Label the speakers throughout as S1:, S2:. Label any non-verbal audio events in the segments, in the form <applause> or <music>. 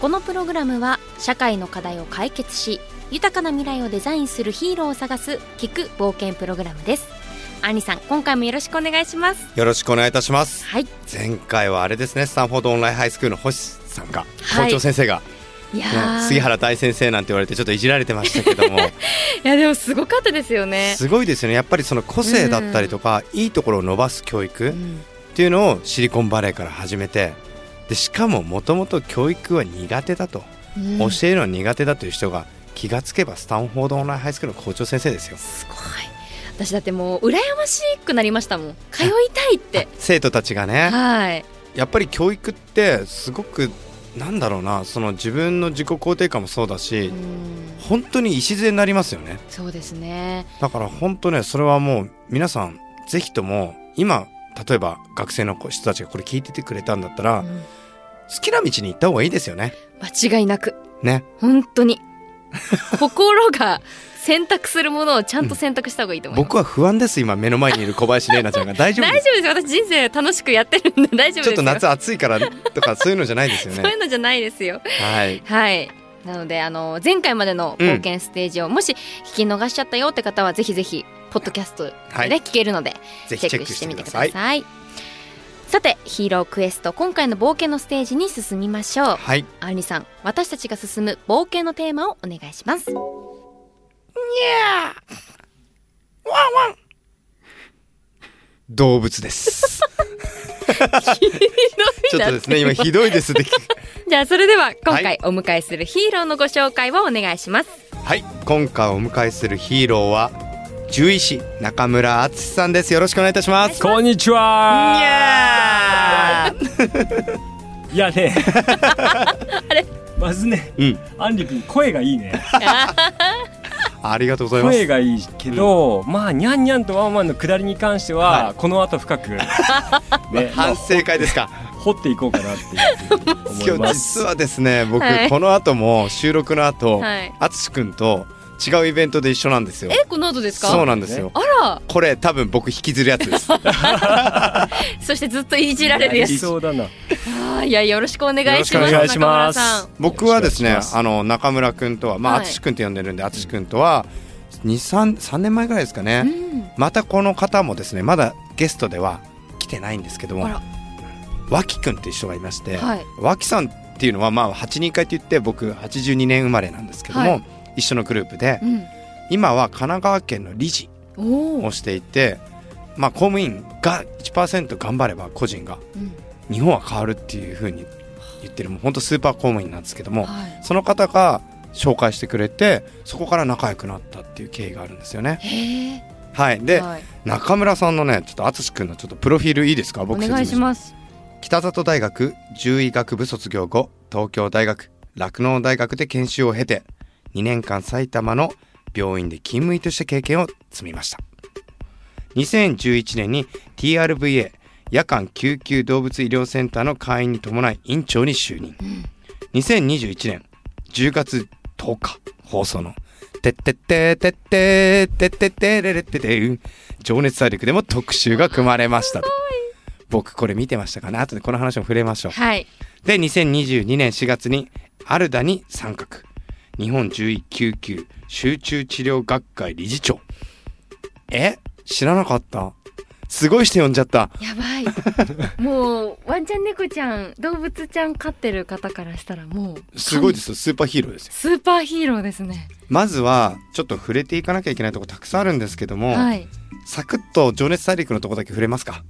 S1: このプログラムは社会の課題を解決し豊かな未来をデザインするヒーローを探す聞く冒険プログラムですアンリさん今回もよろしくお願いします
S2: よろしくお願いいたします。
S1: はい
S2: 前回はあれですね、スタンフォードオンラインハイスクールの星さんが、
S1: はい
S2: 校長先生が、
S1: いや
S2: ね
S1: ー
S2: 杉原大先生なんて言われてちょっといじられてましたけ
S1: <laughs>
S2: ども、
S1: いやでもすごかったですよね
S2: すごいですよね。やっぱりその個性だったりとか、いいところを伸ばす教育っ
S1: うん
S2: ていうのをシリコンバレーから始めて、でしかももともと教育は苦手だと、
S1: うん
S2: 教
S1: す
S2: えるのは苦手だという人が気がつけばスタンフォードオンラインハイスクールの校長先生ですよ。
S1: ごい私だってもう羨ましくなりましたもん通いたいって
S2: 生徒たちがね、
S1: はい
S2: やっぱり教育ってすごくなんだろうなその自分の自己肯定感もそうだし
S1: うん
S2: 本当に礎になりますよね
S1: そうですね
S2: だから本当ねそれはもう皆さんぜひとも今例えば学生の子人たちがこれ聞いててくれたんだったら、
S1: う
S2: 好
S1: ん
S2: きな道に行った方がいいですよね
S1: 間違いなく
S2: ね
S1: 本当に <laughs> 心が選択するものをちゃんと選択した方がいいと思います、
S2: 僕は不安です今目の前にいる小林玲
S1: <laughs>
S2: 奈ちゃんが大丈夫
S1: 大
S2: です
S1: 丈夫です私人生楽しくやってるんで大丈夫です
S2: ちょ
S1: よ
S2: っと夏暑いからとかそういうのじゃないですよ
S1: <laughs> そうい
S2: ね
S1: うのじゃないですよ
S2: はい
S1: はいなのであの前回までの冒険ステージを、もし聞き逃しちゃったよって方はぜひぜひポッドキャストで
S2: はい
S1: 聞けるので、
S2: ぜ
S1: チ
S2: ひ
S1: ェ
S2: チェ
S1: ッ
S2: ッ
S1: ク
S2: ク
S1: し
S2: してて
S1: み
S2: み
S1: て
S2: て
S1: く
S2: く
S1: だ
S2: だ
S1: さ
S2: さ
S1: い
S2: い
S1: さてヒーロークエスト今回の冒険のステージに進みましょう
S2: はい
S1: アンリさん私たちが進む冒険のテーマをお願いします
S2: 動物です
S1: <laughs>
S2: <laughs> ちょっとですね今ひどいですで
S1: じゃあそれでは今
S2: は
S1: 回
S2: い
S1: お迎えするヒーローのご紹介をお願いします。
S2: はい、今回お迎えするヒーローは獣医師中村敦さんです。よろしくお願いいたします。
S3: こんにちは。いやね。まずね、
S2: うん、
S3: アンリ君声がいいね。
S2: ありがとうございま
S3: 声
S2: す。
S3: がいいけど、まあニャンニャンとワンワンの下りに関しては、
S2: はい
S3: この後
S2: <laughs>
S3: 深くね、まあ
S2: 反省会ですか。
S3: 掘っていこうかなっていうふうに思い
S2: 今日
S3: ま
S2: 実
S3: す。
S2: はですね、僕、
S1: はい
S2: この後も収録の後、
S1: はい
S2: 敦くんと違うイベントで一緒なんですよ。
S1: えこの後ですか。
S2: そうなんですよ。
S1: あら
S2: これ多分僕引きずるやつ
S1: <laughs>
S2: です。よ
S1: そしてずっといじられる
S3: や
S1: や
S3: り
S1: つ。
S3: そうだな。
S1: あーいやよろしくお願いし
S2: よ
S1: ま
S2: ろしくお
S1: す。
S2: 願
S3: いします
S1: 中村さん
S2: 僕はです
S3: よ
S2: ね
S3: ろしくお願いしま、す
S2: あの中村くんとは、まあ
S1: はい
S2: 敦くんって呼んでるんで、敦くんとは二三三年前ぐらいですかね。またこの方もですねまだゲストでは来てないんですけど
S1: うん。
S2: も
S1: あら
S2: 脇くんっていう人がいまして、
S1: はい
S2: 脇さんっていうのはまあ8人会って言って僕82年生まれなんですけども、
S1: はい
S2: 一緒のグループで
S1: うん。
S2: 今は神奈川県の理事
S1: おお
S2: を。していて、まあ、公務員が1%頑張れば個人が
S1: うん
S2: 日本は変わるっていうふうに言ってるもう本当スーパー公務員なんですけども
S1: は
S2: その方が紹介してくれてそこから仲良くなったっていう経緯があるんですよね。
S1: い。へえ。
S2: はい、で、
S1: はい
S2: 中村さんのねちょっと淳君のちょっとプロフィールいいですか
S1: お
S2: 僕
S1: 願いし
S2: す
S1: ます。
S2: 北里大学獣医学部卒業後東京大学酪農大学で研修を経て2年間埼玉の病院で勤務医として経験を積みました2011年に TRVA 夜間救急動物医療センターの会員に伴い院長に就任2021年10月10日放送の「てってってってってってってってれれってて」「情熱大陸」でも特集が組まれましたと僕これ見てましたかね後でこの話も触れましょう
S1: はい。
S2: で2022年4月にアルダに参画日本獣医救急集中治療学会理事長え知らなかったすごい人呼んじゃった
S1: やばい。もうワンちゃん猫ちゃん動物ちゃん飼ってる方からしたらもう
S2: すごいですよスーパーヒーローですよ
S1: スーパーヒーローですね。
S2: まずはちょっと触れていかなきゃいけないとこたくさんあるんですけども、
S1: はい。
S2: サクッと情熱大陸のとこだけ触れますか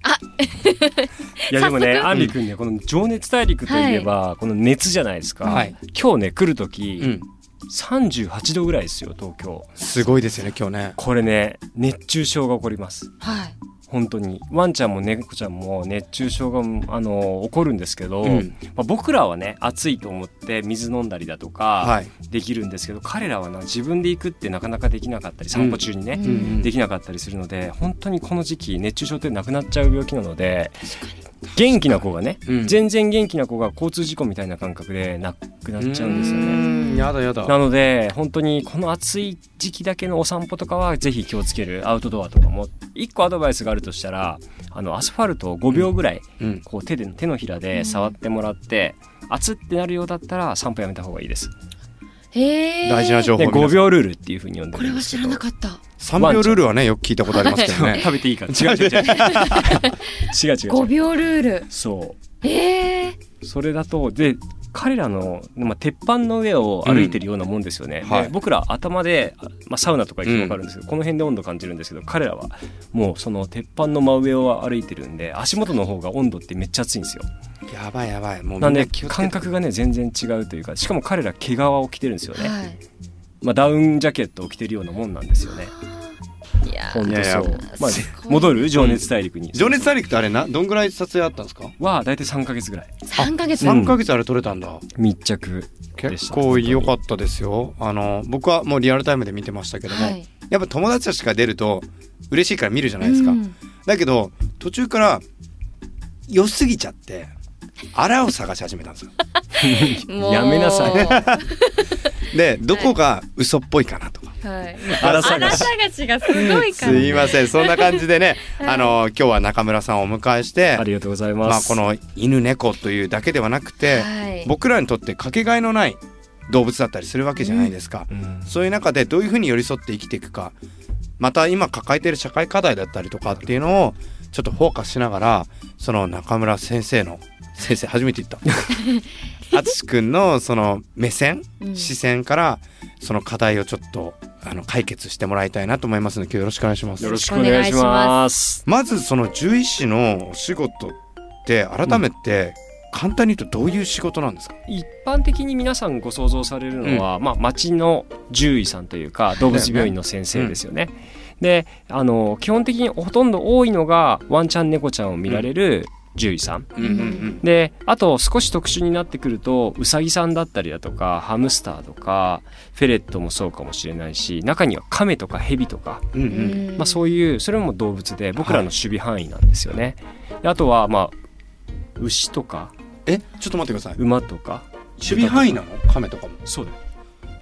S3: いやでも
S1: 早
S3: ね、
S1: 速
S3: アンリ君ね、この情熱大陸といえば、この熱じゃないですか。
S2: はい
S3: 今日ね来る時、
S2: うん
S3: 38度ぐらいですよ東京。
S2: すごいですよね今日ね
S3: これね熱中症が起こります。
S1: はい。
S3: 本当にワンちゃんも猫ちゃんも熱中症があの起こるんですけど、
S2: うん
S3: まあ、僕らはね暑いと思って水飲んだりだと
S2: は
S3: か
S2: い
S3: できるんですけど、彼らはな自分で行くってなかなかできなかったり散歩中にね、
S1: うん
S2: うん
S3: できなかったりするので本当にこの時期熱中症ってなくなっちゃう病気なので元気な子がね、
S2: うん
S3: 全然元気な子が交通事故みたいな感覚でなくなっちゃうんですよね。
S2: ねやだや
S3: な
S2: だ
S3: ので本当にこの暑い時期だけのお散歩とかはぜひ気をつけるアウトドアとかも1個アドバイスがあるとしたらあのアスファルトを5秒ぐらい
S2: うん
S3: こう手で手のひらで触ってもらって熱ってなるようだったら散歩やめた方がいいです。
S1: へえ
S2: 大事な情報
S3: で
S2: 皆
S3: 5
S2: さん
S3: 秒ルールっていうふうに呼んで
S1: これは知らな
S3: っ
S1: かった
S2: 3秒ルールはねよく聞いたことありますけ
S3: <laughs>
S2: どね
S3: 食べていいから違う違う違う違う違う違
S1: 5
S3: う
S1: 秒ルール
S3: そ
S1: ええ
S3: うそれだとで彼らの、まあ、鉄板の上を歩いてるようなもんですよね、
S2: うん
S3: で
S2: はい
S3: 僕ら頭で、まあ、サウナとか行くと分かるんですけど、この辺で温度感じるんですけど彼らはもうその鉄板の真上を歩いてるんで足元の方が温度ってめっちゃ熱いんですよ
S2: やばいやばいもうみ
S3: なん
S2: んな
S3: で
S2: 気をつけ
S3: 感
S2: て
S3: 覚がね全然違うというかしかも彼ら毛皮を着てるんですよね、
S1: はい
S3: まあ、ダウンジャケットを着てるようなもんなんですよね
S1: いや
S3: 本当
S2: いやいや
S3: そうまあ
S1: すごい
S3: 戻る情熱大陸に、
S2: 情熱大陸ってあれなどんぐらい撮影あったんですか
S3: は大体3か月ぐらい
S1: 3ヶ月
S3: うん
S2: 3ヶ月あれ撮れたんだ
S3: 密着で
S2: 結
S3: した
S2: 構良かったですよあの僕はもうリアルタイムで見てましたけども、
S1: はい
S2: やっぱ友達たちが出ると嬉しいから見るじゃないですか、
S1: うん
S2: だけど途中から良すぎちゃってあらを探し始めたんですよ
S1: もう
S3: やめなさい
S1: は
S2: でどこが嘘っぽいかなとか、
S1: い
S3: 荒探
S1: 荒
S3: し
S1: 探しがすごいか
S2: す
S1: ら
S2: いませんそんな感じでね、あの今日は中村さんをお迎えして
S3: ありがとうございます。
S2: まあ、この犬猫というだけではなくて、
S1: はい
S2: 僕らにとってかけがえのない動物だったりするわけじゃないですか、
S3: うん
S2: そういう中でどういうふうに寄り添って生きていくかまた今抱えている社会課題だったりとかっていうのをちょっとフォーカスしながらその中村先生の先生初めて
S3: <laughs>
S2: 言った淳君のその目線、
S1: うん
S2: 視線からその課題をちょっとあの解決してもらいたいなと思いますので今日よろしくお願いします
S3: よろしくお願いします。
S2: まずその獣医師のお仕事って改めて簡単に言うとどういう仕事なんですか、
S3: 一般的に皆さんご想像されるのは、まあ町の獣医さんというか動物病院の先生ですよね。で、あの基本的にほとんど多いのがワンちゃん猫ちゃんを見られる獣医さん。
S1: うんうんうん
S3: であと少し特殊になってくるとウサギさんだったりだとかハムスターとかフェレットもそうかもしれないし中にはカメとかヘビとか
S2: うんう
S1: うんん
S3: まあ、そういうそれも動物で僕らの守備範囲なんですよね。であとはまあ牛とか
S2: えちょっと待ってください
S3: 馬とか
S2: 守備範囲なの亀とかも
S3: そうだよ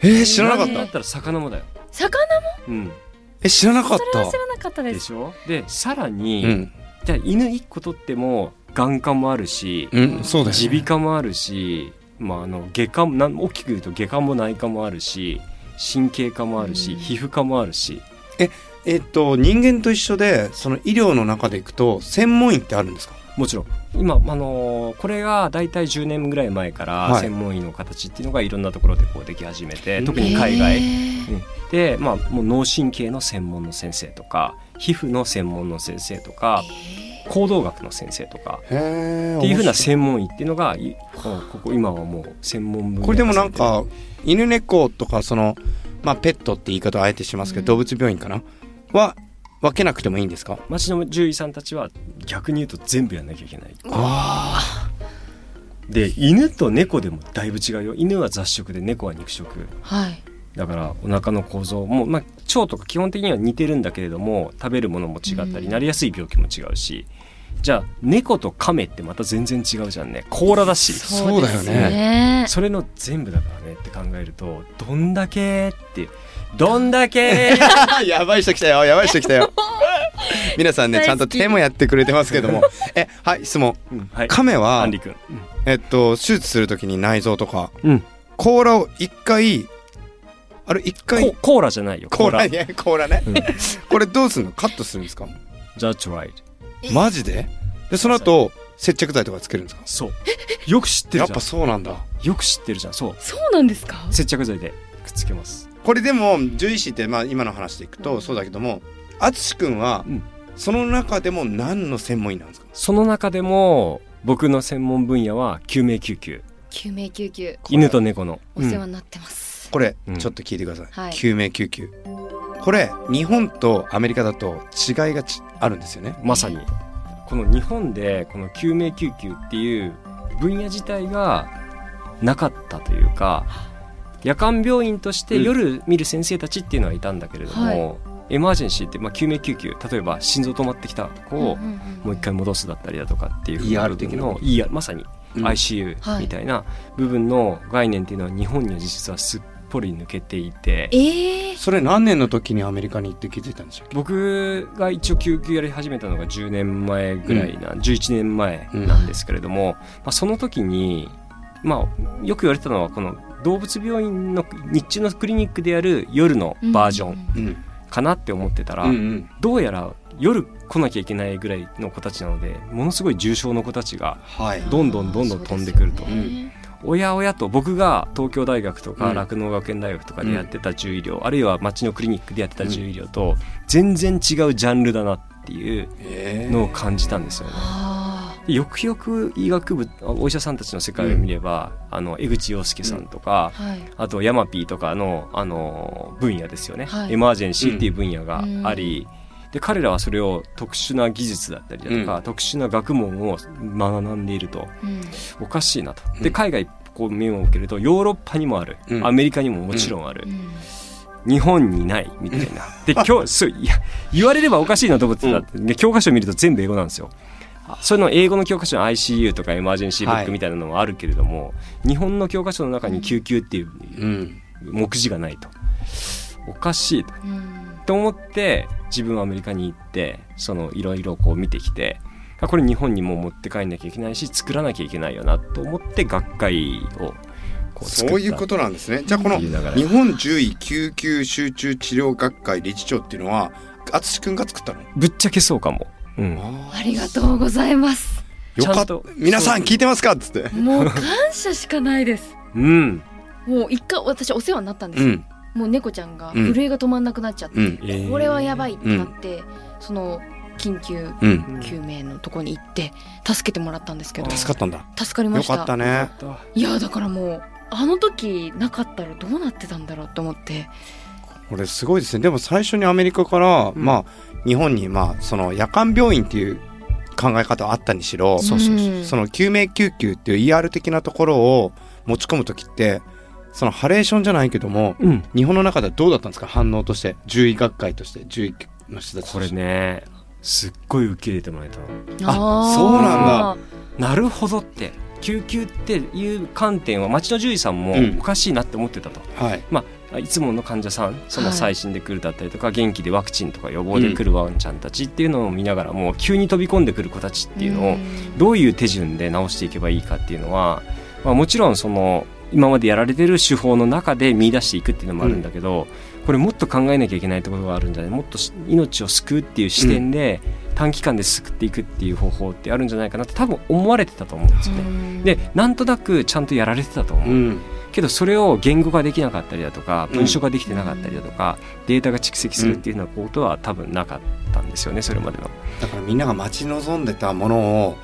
S2: えー、知らなかっ
S3: だ
S2: た
S3: ったら魚もだよ。
S1: 魚も
S3: うん、
S2: え知らなかっ
S1: それは知らなかったで
S3: ですしょでさらに、
S2: たうん
S3: じゃあ犬1個取っても眼科もあるし
S2: うんそうだよ
S3: 耳鼻科もあるし、まあ、あの外科もなん大きく言うと外科も内科もあるし神経科もあるし
S1: うん
S3: 皮膚科もあるし
S2: えっと人間と一緒でその医療の中でいくと専門医ってあるんですか
S3: もちろん今、あのーこれが大体10年ぐらい前から
S2: はい
S3: 専門医の形っていうのがいろんなところでこうでき始めて、
S2: うん
S3: 特に海外
S1: へ
S3: で、まあ、もう脳神経の専門の先生とか皮膚の専門の先生とか行動学の先生とか
S2: へえ
S3: っていうふうな専門医っていうのがいこうここ今はもう専門分野
S2: これでもなんか犬猫とかそのまあペットって言い方をあえてしますけど、動物病院かなは分けなくてもいいんですか
S3: 町の獣医さんたちは逆に言うと全部やんなきゃいけない。で犬と猫でもだいぶ違うよ犬は雑食で猫は肉食。
S1: ーはい
S3: だからお腹の構造も、まあ、腸とか基本的には似てるんだけれども食べるものも違ったり、
S1: うん
S3: なりやすい病気も違うしじゃあ猫と亀ってまた全然違うじゃんね甲羅だしそ
S2: そうだよね
S1: ですね
S3: れの全部だからねって考えるとどんだけってどん
S2: <laughs>
S3: だけ
S2: やばい人来たよやばい人来た
S1: <laughs>
S2: よ皆さんね
S1: 大好き
S2: ちゃんと手もやってくれてますけど
S1: <laughs>
S2: もえはい質問
S3: うんはい
S2: 亀
S3: ア
S2: は
S3: ンリ君、
S2: えっと手術するときに内臓とか
S3: うん、
S2: 甲羅を一回あれ一回
S3: こコーラじゃないよ
S2: 甲羅
S3: じ
S2: ね甲羅ねこれどうするのカットするんですか
S3: ゃあ right
S2: マジででその後接着剤とかつけるんですか
S3: そうよく知って
S2: やっ
S3: るじゃん
S2: ぱそうなんだ
S3: よく知ってるじゃんそう
S1: そうなんですか
S3: 接着剤でくっつけます
S2: これでも獣医師ってまあ今の話でいくとそうだけども淳君は
S3: うん
S2: その中でも何の専門医なんですか
S3: その中でも僕の専門分野は救命救急
S1: 救命救急
S3: 犬と猫の
S1: お世話になってます
S2: これ
S3: うん
S2: ちょっと聞いてくださ
S1: はいい
S2: 救命救急これ日本とアメリカだと違いがちあるんですよね。
S3: まさにこの日本でこの救命救急っていう分野自体がなかったというか夜間病院として夜見る先生たちっていうのはいたんだけれども、エマージェンシーって、まあ、救命救急例えば心臓止まってきた子を
S1: うんうんうん
S3: もう一回戻すだったりだとかっていうふう
S2: ER 的な
S3: の ER まさに
S2: うん
S3: ICU みたいな部分の概念っていうのは日本には実はすっぽり抜けていて。
S1: ええ
S2: それ何年の時にアメリカに行って気づいたんでしたっけ
S3: 僕が一応救急やり始めたのが10年前ぐらいな、11年前なんですけれども、まあ、その時に、まあ、よく言われてたのはこの動物病院の日中のクリニックでやる夜のバージョン
S2: うん
S3: かなって思ってたら、
S2: うんうん
S3: どうやら夜来なきゃいけないぐらいの子たちなのでものすごい重症の子たちが
S2: はい
S3: どんどんどんどん飛んでくると
S1: そうですよね
S3: おやおやと僕が東京大学と
S2: う
S3: か
S2: ん
S3: 酪農学園大学とかでやってた獣医療、あるいは町のクリニックでやってた獣医療と全然違うジャンルだなっていう
S2: えー
S3: のを感じたんですよね。
S1: ああ
S3: でよくよく医学部お医者さんたちの世界を見れば、あの江口洋介さんとか、
S1: はい
S3: あとヤマピーとかのあの分野ですよね、
S1: はい
S3: エマージェンシーっていう分野があり、で彼らはそれを特殊な技術だったりだとか、
S2: う
S3: 特殊な学問を学んでいると。
S1: うん
S3: おかしいなと。
S2: う
S3: で
S2: ん
S3: 海外こう目を向けるとヨーロッパにもある、
S2: うん
S3: アメリカにももちろんある、
S1: うん
S3: 日本にないみたいな。
S2: <laughs>
S3: で今日そういや言われればおかしいなと思ってた、で教科書を見ると全部英語なんですよ。あそれの英語の教科書の ICU とかエマージェンシーブックみたいなのもあるけれども、日本の教科書の中に救急っていう
S2: うん
S3: 目次がないと。おかしいと
S1: うん
S3: と思って自分はアメリカに行ってそのいろいろこう見てきてあこれ日本にも持って帰んなきゃいけないし作らなきゃいけないよなと思って学会をこう作った
S2: そういうことなんですね。じゃあこの
S3: いい流れ
S2: 日本獣医救急集中治療学会理事長っていうのは淳君が作ったの
S3: ぶっちゃけそうかも、うん、
S1: ありがとうございます
S2: よかっ
S3: ち
S2: た
S3: ゃんと
S2: 皆さん聞いてますかっつって。
S1: もう感謝しかないです
S3: うん
S1: もう一回私お世話になったんで
S2: う
S1: すよ、
S2: ん
S1: もう猫ちゃんが
S2: うん
S1: 震えが止まんなくなっちゃって、
S2: うん
S3: えー
S1: これはやばいってなって、その緊急
S2: うん
S1: 救命のとこに行って助けてもらったんですけど
S2: 助かったんだ。
S1: 助かりま
S2: よ
S1: した
S2: かったね。
S1: いやだからもうあの時なかったらどうなってたんだろうと思って
S2: これすごいですねでも最初にアメリカから、
S3: ん
S2: まあ日本にまあその夜間病院っていう考え方あったにしろ
S1: そうそうそううん
S2: その救命救急っていう ER 的なところを持ち込む時ってそのハレーションじゃないけども
S3: うん
S2: 日本の中ではどうだったんですか反応として獣医学会として獣医の人たち
S3: ことれ
S2: して
S3: ねすっごい受け入れてもらえたの
S2: あそうなん
S1: だ
S3: なるほどって救急っていう観点は町の獣医さんも
S2: うん
S3: おかしいなって思ってたと、
S2: はい
S3: まあ、いつもの患者さんその
S1: はい
S3: 最新で来るだったりとか、元気でワクチンとか予防で来るワンちゃんたちっていうのを見ながらも急に飛び込んでくる子たちっていうのをどういう手順で直していけばいいかっていうのは、まあ、もちろんその今までやられてる手法の中で見出していくっていうのもあるんだけど、これもっと考えなきゃいけないところがあるんじゃないもっとし命を救うっていう視点で短期間で救っていくっていう方法ってあるんじゃないかなって多分思われてたと思うんですよね。でなんとなくちゃんとやられてたと思う。
S2: うん
S3: けどそれを言語化できなかったりだとか
S2: うん
S3: 文章ができてなかったりだとか、データが蓄積するっていうようなことは多分なかったんですよねそれまでの。
S2: だからみんなが待ち望んでたものを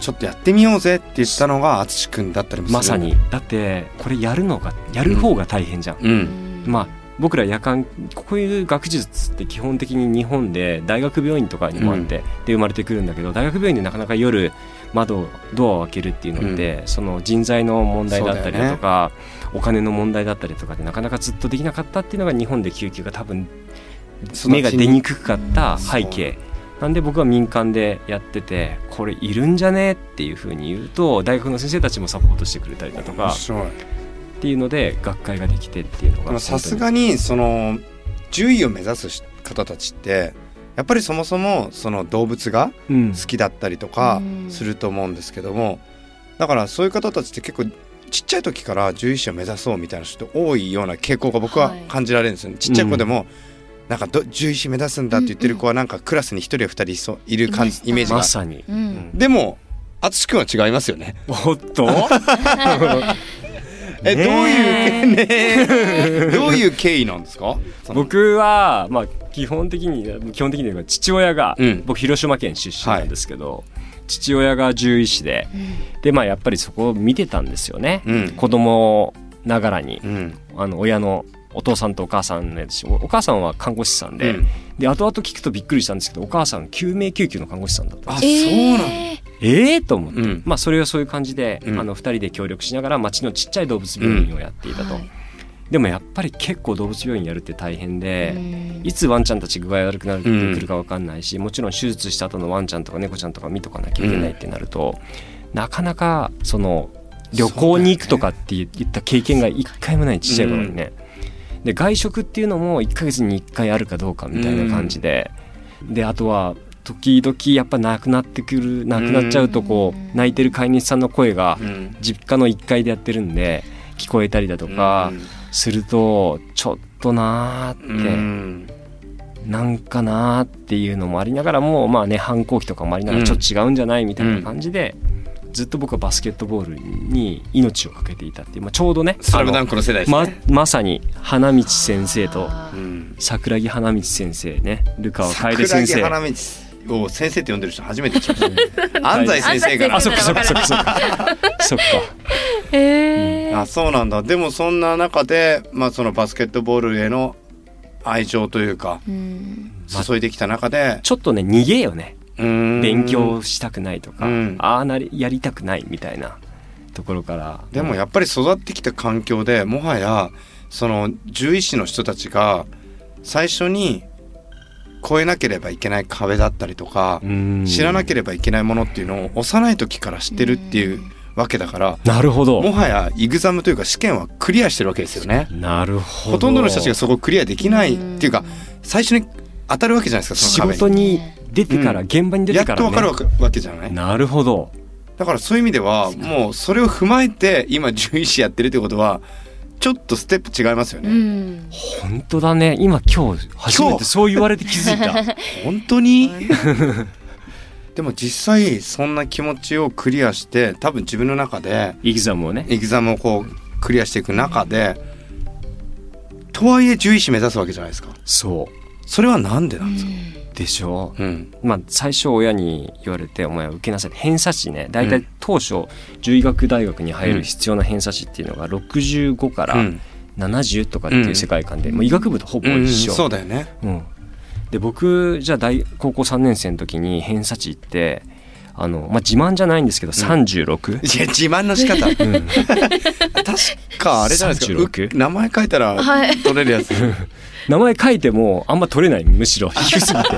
S2: ちょっとやってみようぜって言ったのが淳君だったりもする
S3: まさにだってこれやるのがやる方が大変じゃん。
S2: うん
S3: まあ僕ら夜間こういう学術って基本的に日本で大学病院とかにもあって、で生まれてくるんだけど大学病院でなかなか夜窓ドアを開けるっていうのって、その人材の問題だったりだとかお金の問題だったりとかでなかなかずっとできなかったっていうのが日本で救急が多分目が出にくかった背景なんで僕は民間でやっててこれいるんじゃねっていうふうに言うと大学の先生たちもサポートしてくれたりだとか
S2: 面白い
S3: っていうので学会ができてっていうの
S2: で
S3: が
S2: もさすがにその獣医を目指す方たちってやっぱりそもそもその動物が
S3: うん
S2: 好きだったりとか
S1: うん
S2: すると思うんですけどもだからそういう方たちって結構ちっちゃい時から獣医師を目指そうみたいな人多いような傾向が僕は
S1: はい
S2: 感じられるんですよね、ちっちゃい子でもなんかど獣医師目指すんだって言ってる子はなんかクラスに一人や二人いそういる感じイ
S1: い
S2: メー
S1: ま
S2: ジ
S1: した
S2: が
S3: ま
S2: <laughs>
S3: さに
S1: う。ん
S2: でも淳君は違いますよね。
S3: おっと
S2: えどういう
S3: ね
S2: 経どういう経緯なんですか？
S3: <laughs> 僕は、まあ、基本的に基本的にというか父親が、
S2: うん
S3: 僕広島県出身なんですけど、父親が獣医師でで、まあ、やっぱりそこを見てたんですよね、
S2: うん
S3: 子供ながらに
S2: うん
S3: あの親のお父さんとお母さんのやつおお母さんは看護師さんで、
S2: うん
S3: で後々聞くとびっくりしたんですけどお母さん救命救急の看護師さんだったんです
S2: あ、
S1: え
S2: そうなんだ。
S1: え
S3: ええと思って、
S2: うん
S3: まあ、それはそういう感じで、
S2: うん
S3: あの2人で協力しながら町のちっちゃい動物病院をやっていたと、
S1: はい
S3: でもやっぱり結構動物病院やるって大変で、
S1: うん
S3: いつワンちゃんたち具合悪くなる
S2: うん
S3: くるか分かんないし、もちろん手術した後のワンちゃんとか猫ちゃんとか見とかなきゃいけないってなると、なかなかその旅行に行くとかって言った経験が一回もないちっちゃい頃にね、で外食っていうのも1ヶ月に1回あるかどうかみたいな感じで、であとは時々やっぱなくなってくるなくなっちゃうとこ
S1: う
S3: う、
S1: ん
S3: 泣いてる飼い主さんの声が
S2: うん。
S3: 実家の1階でやってるんで聞こえたりだとかするとちょっとなーって。
S2: うん。
S3: なんかなーっていうのもありながらもまあね反抗期とかもありながらちょっと違うんじゃないみたいな感じで、ずっと僕はバスケットボールに命を懸けていたっていう、まあ、ちょうどね
S2: スラムダンクの世代
S3: あ
S2: です
S3: のま
S2: ね。
S3: まさに花道先生と
S2: うん。
S3: 桜木花道先生ねルカワ楓
S2: 桜
S3: 先
S2: 木
S3: 生
S2: 花道を先生って呼んでる人初めて聞きま
S3: <laughs>
S2: した。安西先生から
S3: あ。そっかそっかそっかそっか
S2: <laughs>
S3: そっか
S1: え
S2: あそうなんだでもそんな中で、まあ、そのバスケットボールへの愛情というか
S1: うん
S2: 注いできた中で、
S3: ちょっとね逃げよね
S2: 勉
S3: 勉強したくないとか、
S2: うん
S3: ああなりやりたくないみたいなところから
S2: でもやっぱり育ってきた環境でもはやその獣医師の人たちが最初に越えなければいけない壁だったりとか、
S3: うん
S2: 知らなければいけないものっていうのを幼い時から知ってるっていうわけだから、
S3: なるほど
S2: もはやイグザムというか試験はクリアしてるわけですよね。
S3: なるほど
S2: ほとんどの人たちがそこをクリアできないっていうか最初に当たるわけじゃないですかそ
S3: 仕
S2: の壁に
S3: 事に出てから、
S2: うん
S3: 現場に出
S2: や
S3: て
S2: っ
S3: から、
S2: と
S3: ね、
S2: わかるわけわけじゃない
S3: なるほど
S2: だからそういう意味ではもうそれを踏まえて今獣医師やってるってことはちょっとステップ違いますよ
S1: う
S2: ね、
S1: ん
S3: 本当だね今今日初めてそう言われて気づいた
S2: 本当
S3: <laughs>
S2: にでも実際そんな気持ちをクリアして多分自分の中で
S3: イグザムをね
S2: エグザムをこうクリアしていく中でとはいえ獣医師目指すわけじゃないですか
S3: そ
S2: それはなんでなんですか、
S3: うでしょ
S2: うん
S3: うまあ最初親に言われて「お前は受けなさい」偏差値ね大
S2: う
S3: 体
S2: ん
S3: 当初獣医学大学に入
S2: うん
S3: る必要な偏差値っていうのが65から
S2: うん
S3: 70とかっていう世界観で、もう医学部とほぼ
S2: うん
S3: 一緒、
S2: そうだよね
S3: うん、で僕じゃあ大高校3年生の時に偏差値ってあの、まあ、自慢じゃないんですけど36、
S2: いや自慢の仕方
S3: うん
S2: <laughs> 確かあれじゃないですか
S3: 36
S2: う名前書いたら
S1: はい
S2: 取れるやつ、
S3: 名前書いてもあんま取れないむしろ低すぎ
S2: <laughs>
S3: て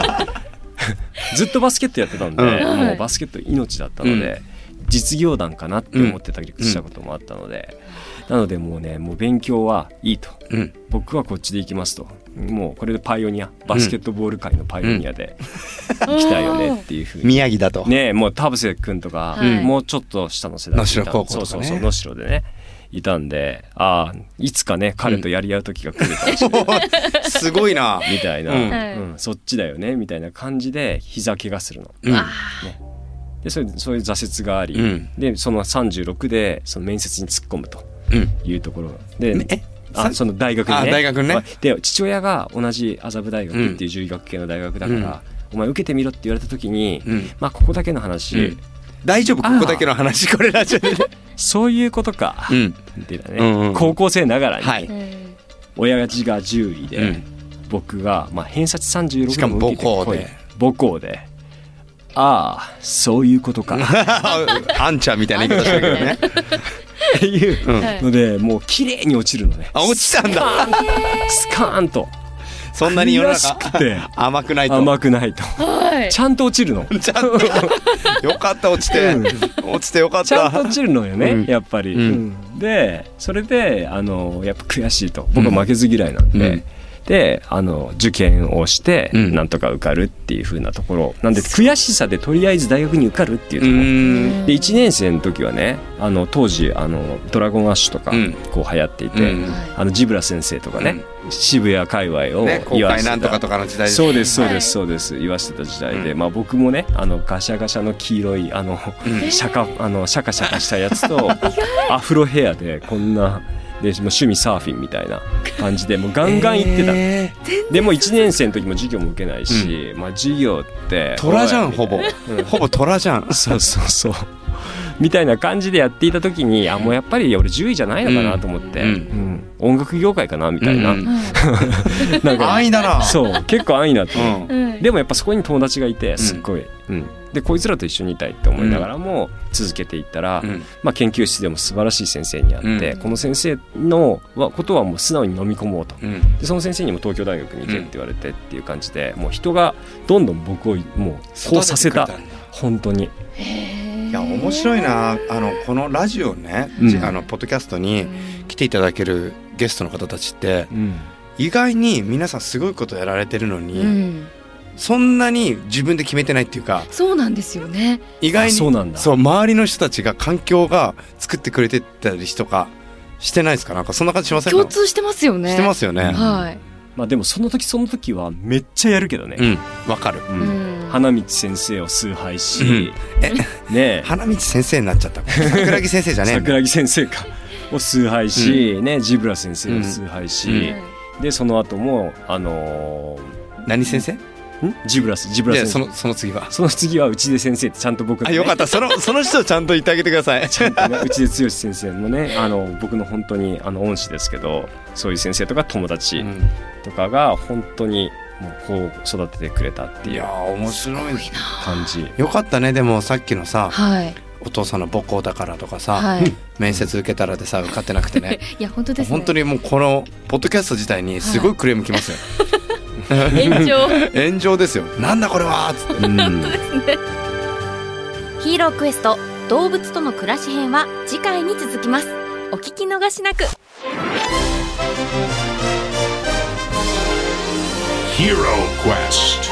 S3: ずっとバスケットやってたんで、
S2: うん
S3: もうバスケット命だったので、実業団かなって思ってたり
S2: うん
S3: したこともあったので、なのでもうねもう勉強はいいと
S2: うん
S3: 僕はこっちで行きますともうこれでパイオニアバスケットボール界のパイオニアで、行きたいよねっていうふうに
S2: 宮城だと
S3: ねえもう田臥君とか、
S1: はい
S3: もうちょっと下の世代
S2: 能代
S3: いた
S2: 高校とかね
S3: そうそうそう能代でねいたんでああいつかね彼とやり合う時が来るかもしれない、
S2: <laughs> すごいな
S3: みたいな、
S2: うん
S1: はい
S3: うんそっちだよねみたいな感じで膝怪我するの。
S2: うん
S3: でそういうそういう挫折があり、
S2: うん
S3: でその36でその面接に突っ込むと
S2: うん
S3: いうところで。
S2: え
S3: あ
S2: さ
S3: その大学に
S2: あ
S3: ね
S2: 大学にね
S3: まあで父親が同じ麻布大学っていう獣医学系の大学だから、
S2: うん
S3: お前受けてみろって言われた時に、
S2: うん
S3: まあここだけの話、
S2: うん大丈夫ここだけの話これラジオでね
S3: そういうことか、
S2: うん
S3: みたいなね、
S2: うんうん
S3: 高校生ながらに、
S2: <laughs> はい
S1: うん
S3: 親父が獣医で、
S2: うん
S3: 僕が、まあ、偏差値36
S2: しかも母校で
S3: の受けてこい母校でああそういうこと
S2: <laughs>
S3: かっ
S2: あんちゃんみたいな言い方してるけどね
S3: ていう
S2: うん
S1: はい
S3: のでもう綺麗に落ちるのね
S2: あ落ちたんだ
S3: スカーンと
S2: そんなに世の中
S3: 悔しくて
S2: 甘くないと
S3: 甘くないと
S1: はい
S3: ちゃんと落ちるの
S2: ちゃんと <laughs> よかった落ちて落ちてよかっ
S3: ちゃんと
S2: た
S3: 落ちるのよね、
S2: うん
S3: やっぱり、
S2: うん
S3: うんでそれであのやっぱ悔しいと僕は負けず嫌いなんで、
S2: うん
S3: であの受験をして
S2: うん
S3: なんとか受かるっていう風なところなんで悔しさでとりあえず大学に受かるっていう
S2: う
S3: ところ、
S2: ん
S3: で1年生の時はねあの当時あの「ドラゴンアッシュ」とか
S2: うん
S3: こう流行っていて、
S2: うん
S3: あのジブラ先生とかね、渋谷界隈を
S2: ね公
S3: わ
S2: 開
S3: せて
S2: な
S3: た
S2: んとかとかの時代
S3: そうですそう
S1: は
S3: で
S1: い
S3: すそうです、言わせてた時代で、
S2: うん
S3: まあ僕もねあのガシャガシャの黄色いあの、シャカあのシャカシャカしたやつとアフロヘアでこんなでもう趣味サーフィンみたいな感じでもうガンガン行ってた、
S2: え
S3: でも1年生の時も授業も受けないし、まあ授業っ
S2: ー
S3: て
S2: 虎じゃんほぼ
S3: うん
S2: ほぼ虎じゃん
S3: そうそうそうみたいな感じでやっていた時にあもうやっぱり俺10位じゃないのかなと思って、
S2: うん
S3: うん音楽業界かなみたいな、
S2: うん
S3: なんか
S2: 安易だな
S3: そう結構安易なって、
S2: うん
S1: うん
S3: でもやっぱそこに友達がいてすっごい、うんでこいつらと一緒にいたいって思いながらも続けていったら、
S2: うん
S3: まあ、研究室でも素晴らしい先生に会って、
S2: う
S3: この先生のはことはもう素直に飲み込もうと
S2: うん
S3: でその先生にも東京大学に行けって言われてっていう感じで、もう人がどんどん僕をもうこうさせた
S2: 育ててくれんだ
S3: 本当に
S2: いや面白いなあのこのラジオね、
S3: うん
S2: じあのポッドキャストに来ていただけるゲストの方たちって意外に皆さんすごいことやられてるのに、
S1: うん
S2: そんなに自分で決めてないっていうか
S1: そうなんですよね
S2: 意外に
S3: あそうなんだ
S2: そう周りの人たちが環境が作ってくれてたりとかしてないですかなんかそんな感じしませんか
S1: 共通してますよね
S2: してますよね、
S1: はい
S3: まあ、でもその時その時はめっちゃやるけどね、
S2: うんわかる
S3: うん
S1: うん
S3: 花道先生を崇拝し、
S2: うん
S3: ねえ
S2: 花道先生になっちゃった桜木先生じゃねえんだ
S3: 桜木先生かを崇拝し、ね、ジブラ先生を崇拝し、でその後もあの
S2: 何先生
S3: ーんジブラスジブラ
S2: で
S3: 先生
S2: そのその次は
S3: その次はうちで先生ってちゃんと僕が
S2: あ
S3: ね
S2: よかったそのその人をちゃんと言ってあげてください
S3: <laughs> うちで剛先生もねあの僕の本当にあの恩師ですけどそういう先生とか友達
S2: うん
S3: とかが本当にもうこう育ててくれたって
S2: い
S3: いう
S2: やー面白い
S3: 感じ
S2: よかったねでもさっきのさ
S1: はい
S2: お父さんの母校だからとかさ、
S1: はい
S2: 面接受けたらでさ受かってなくてね
S1: いや本当ですね
S2: 本当にもうこのポッドキャスト自体にすごいクレームきますよ、
S1: 延長
S2: 炎上ですよなんだこれはーっつって
S1: ヒーロークエスト動物との暮らし編は次回に続きますお聞き逃しなく
S4: Hero Quest.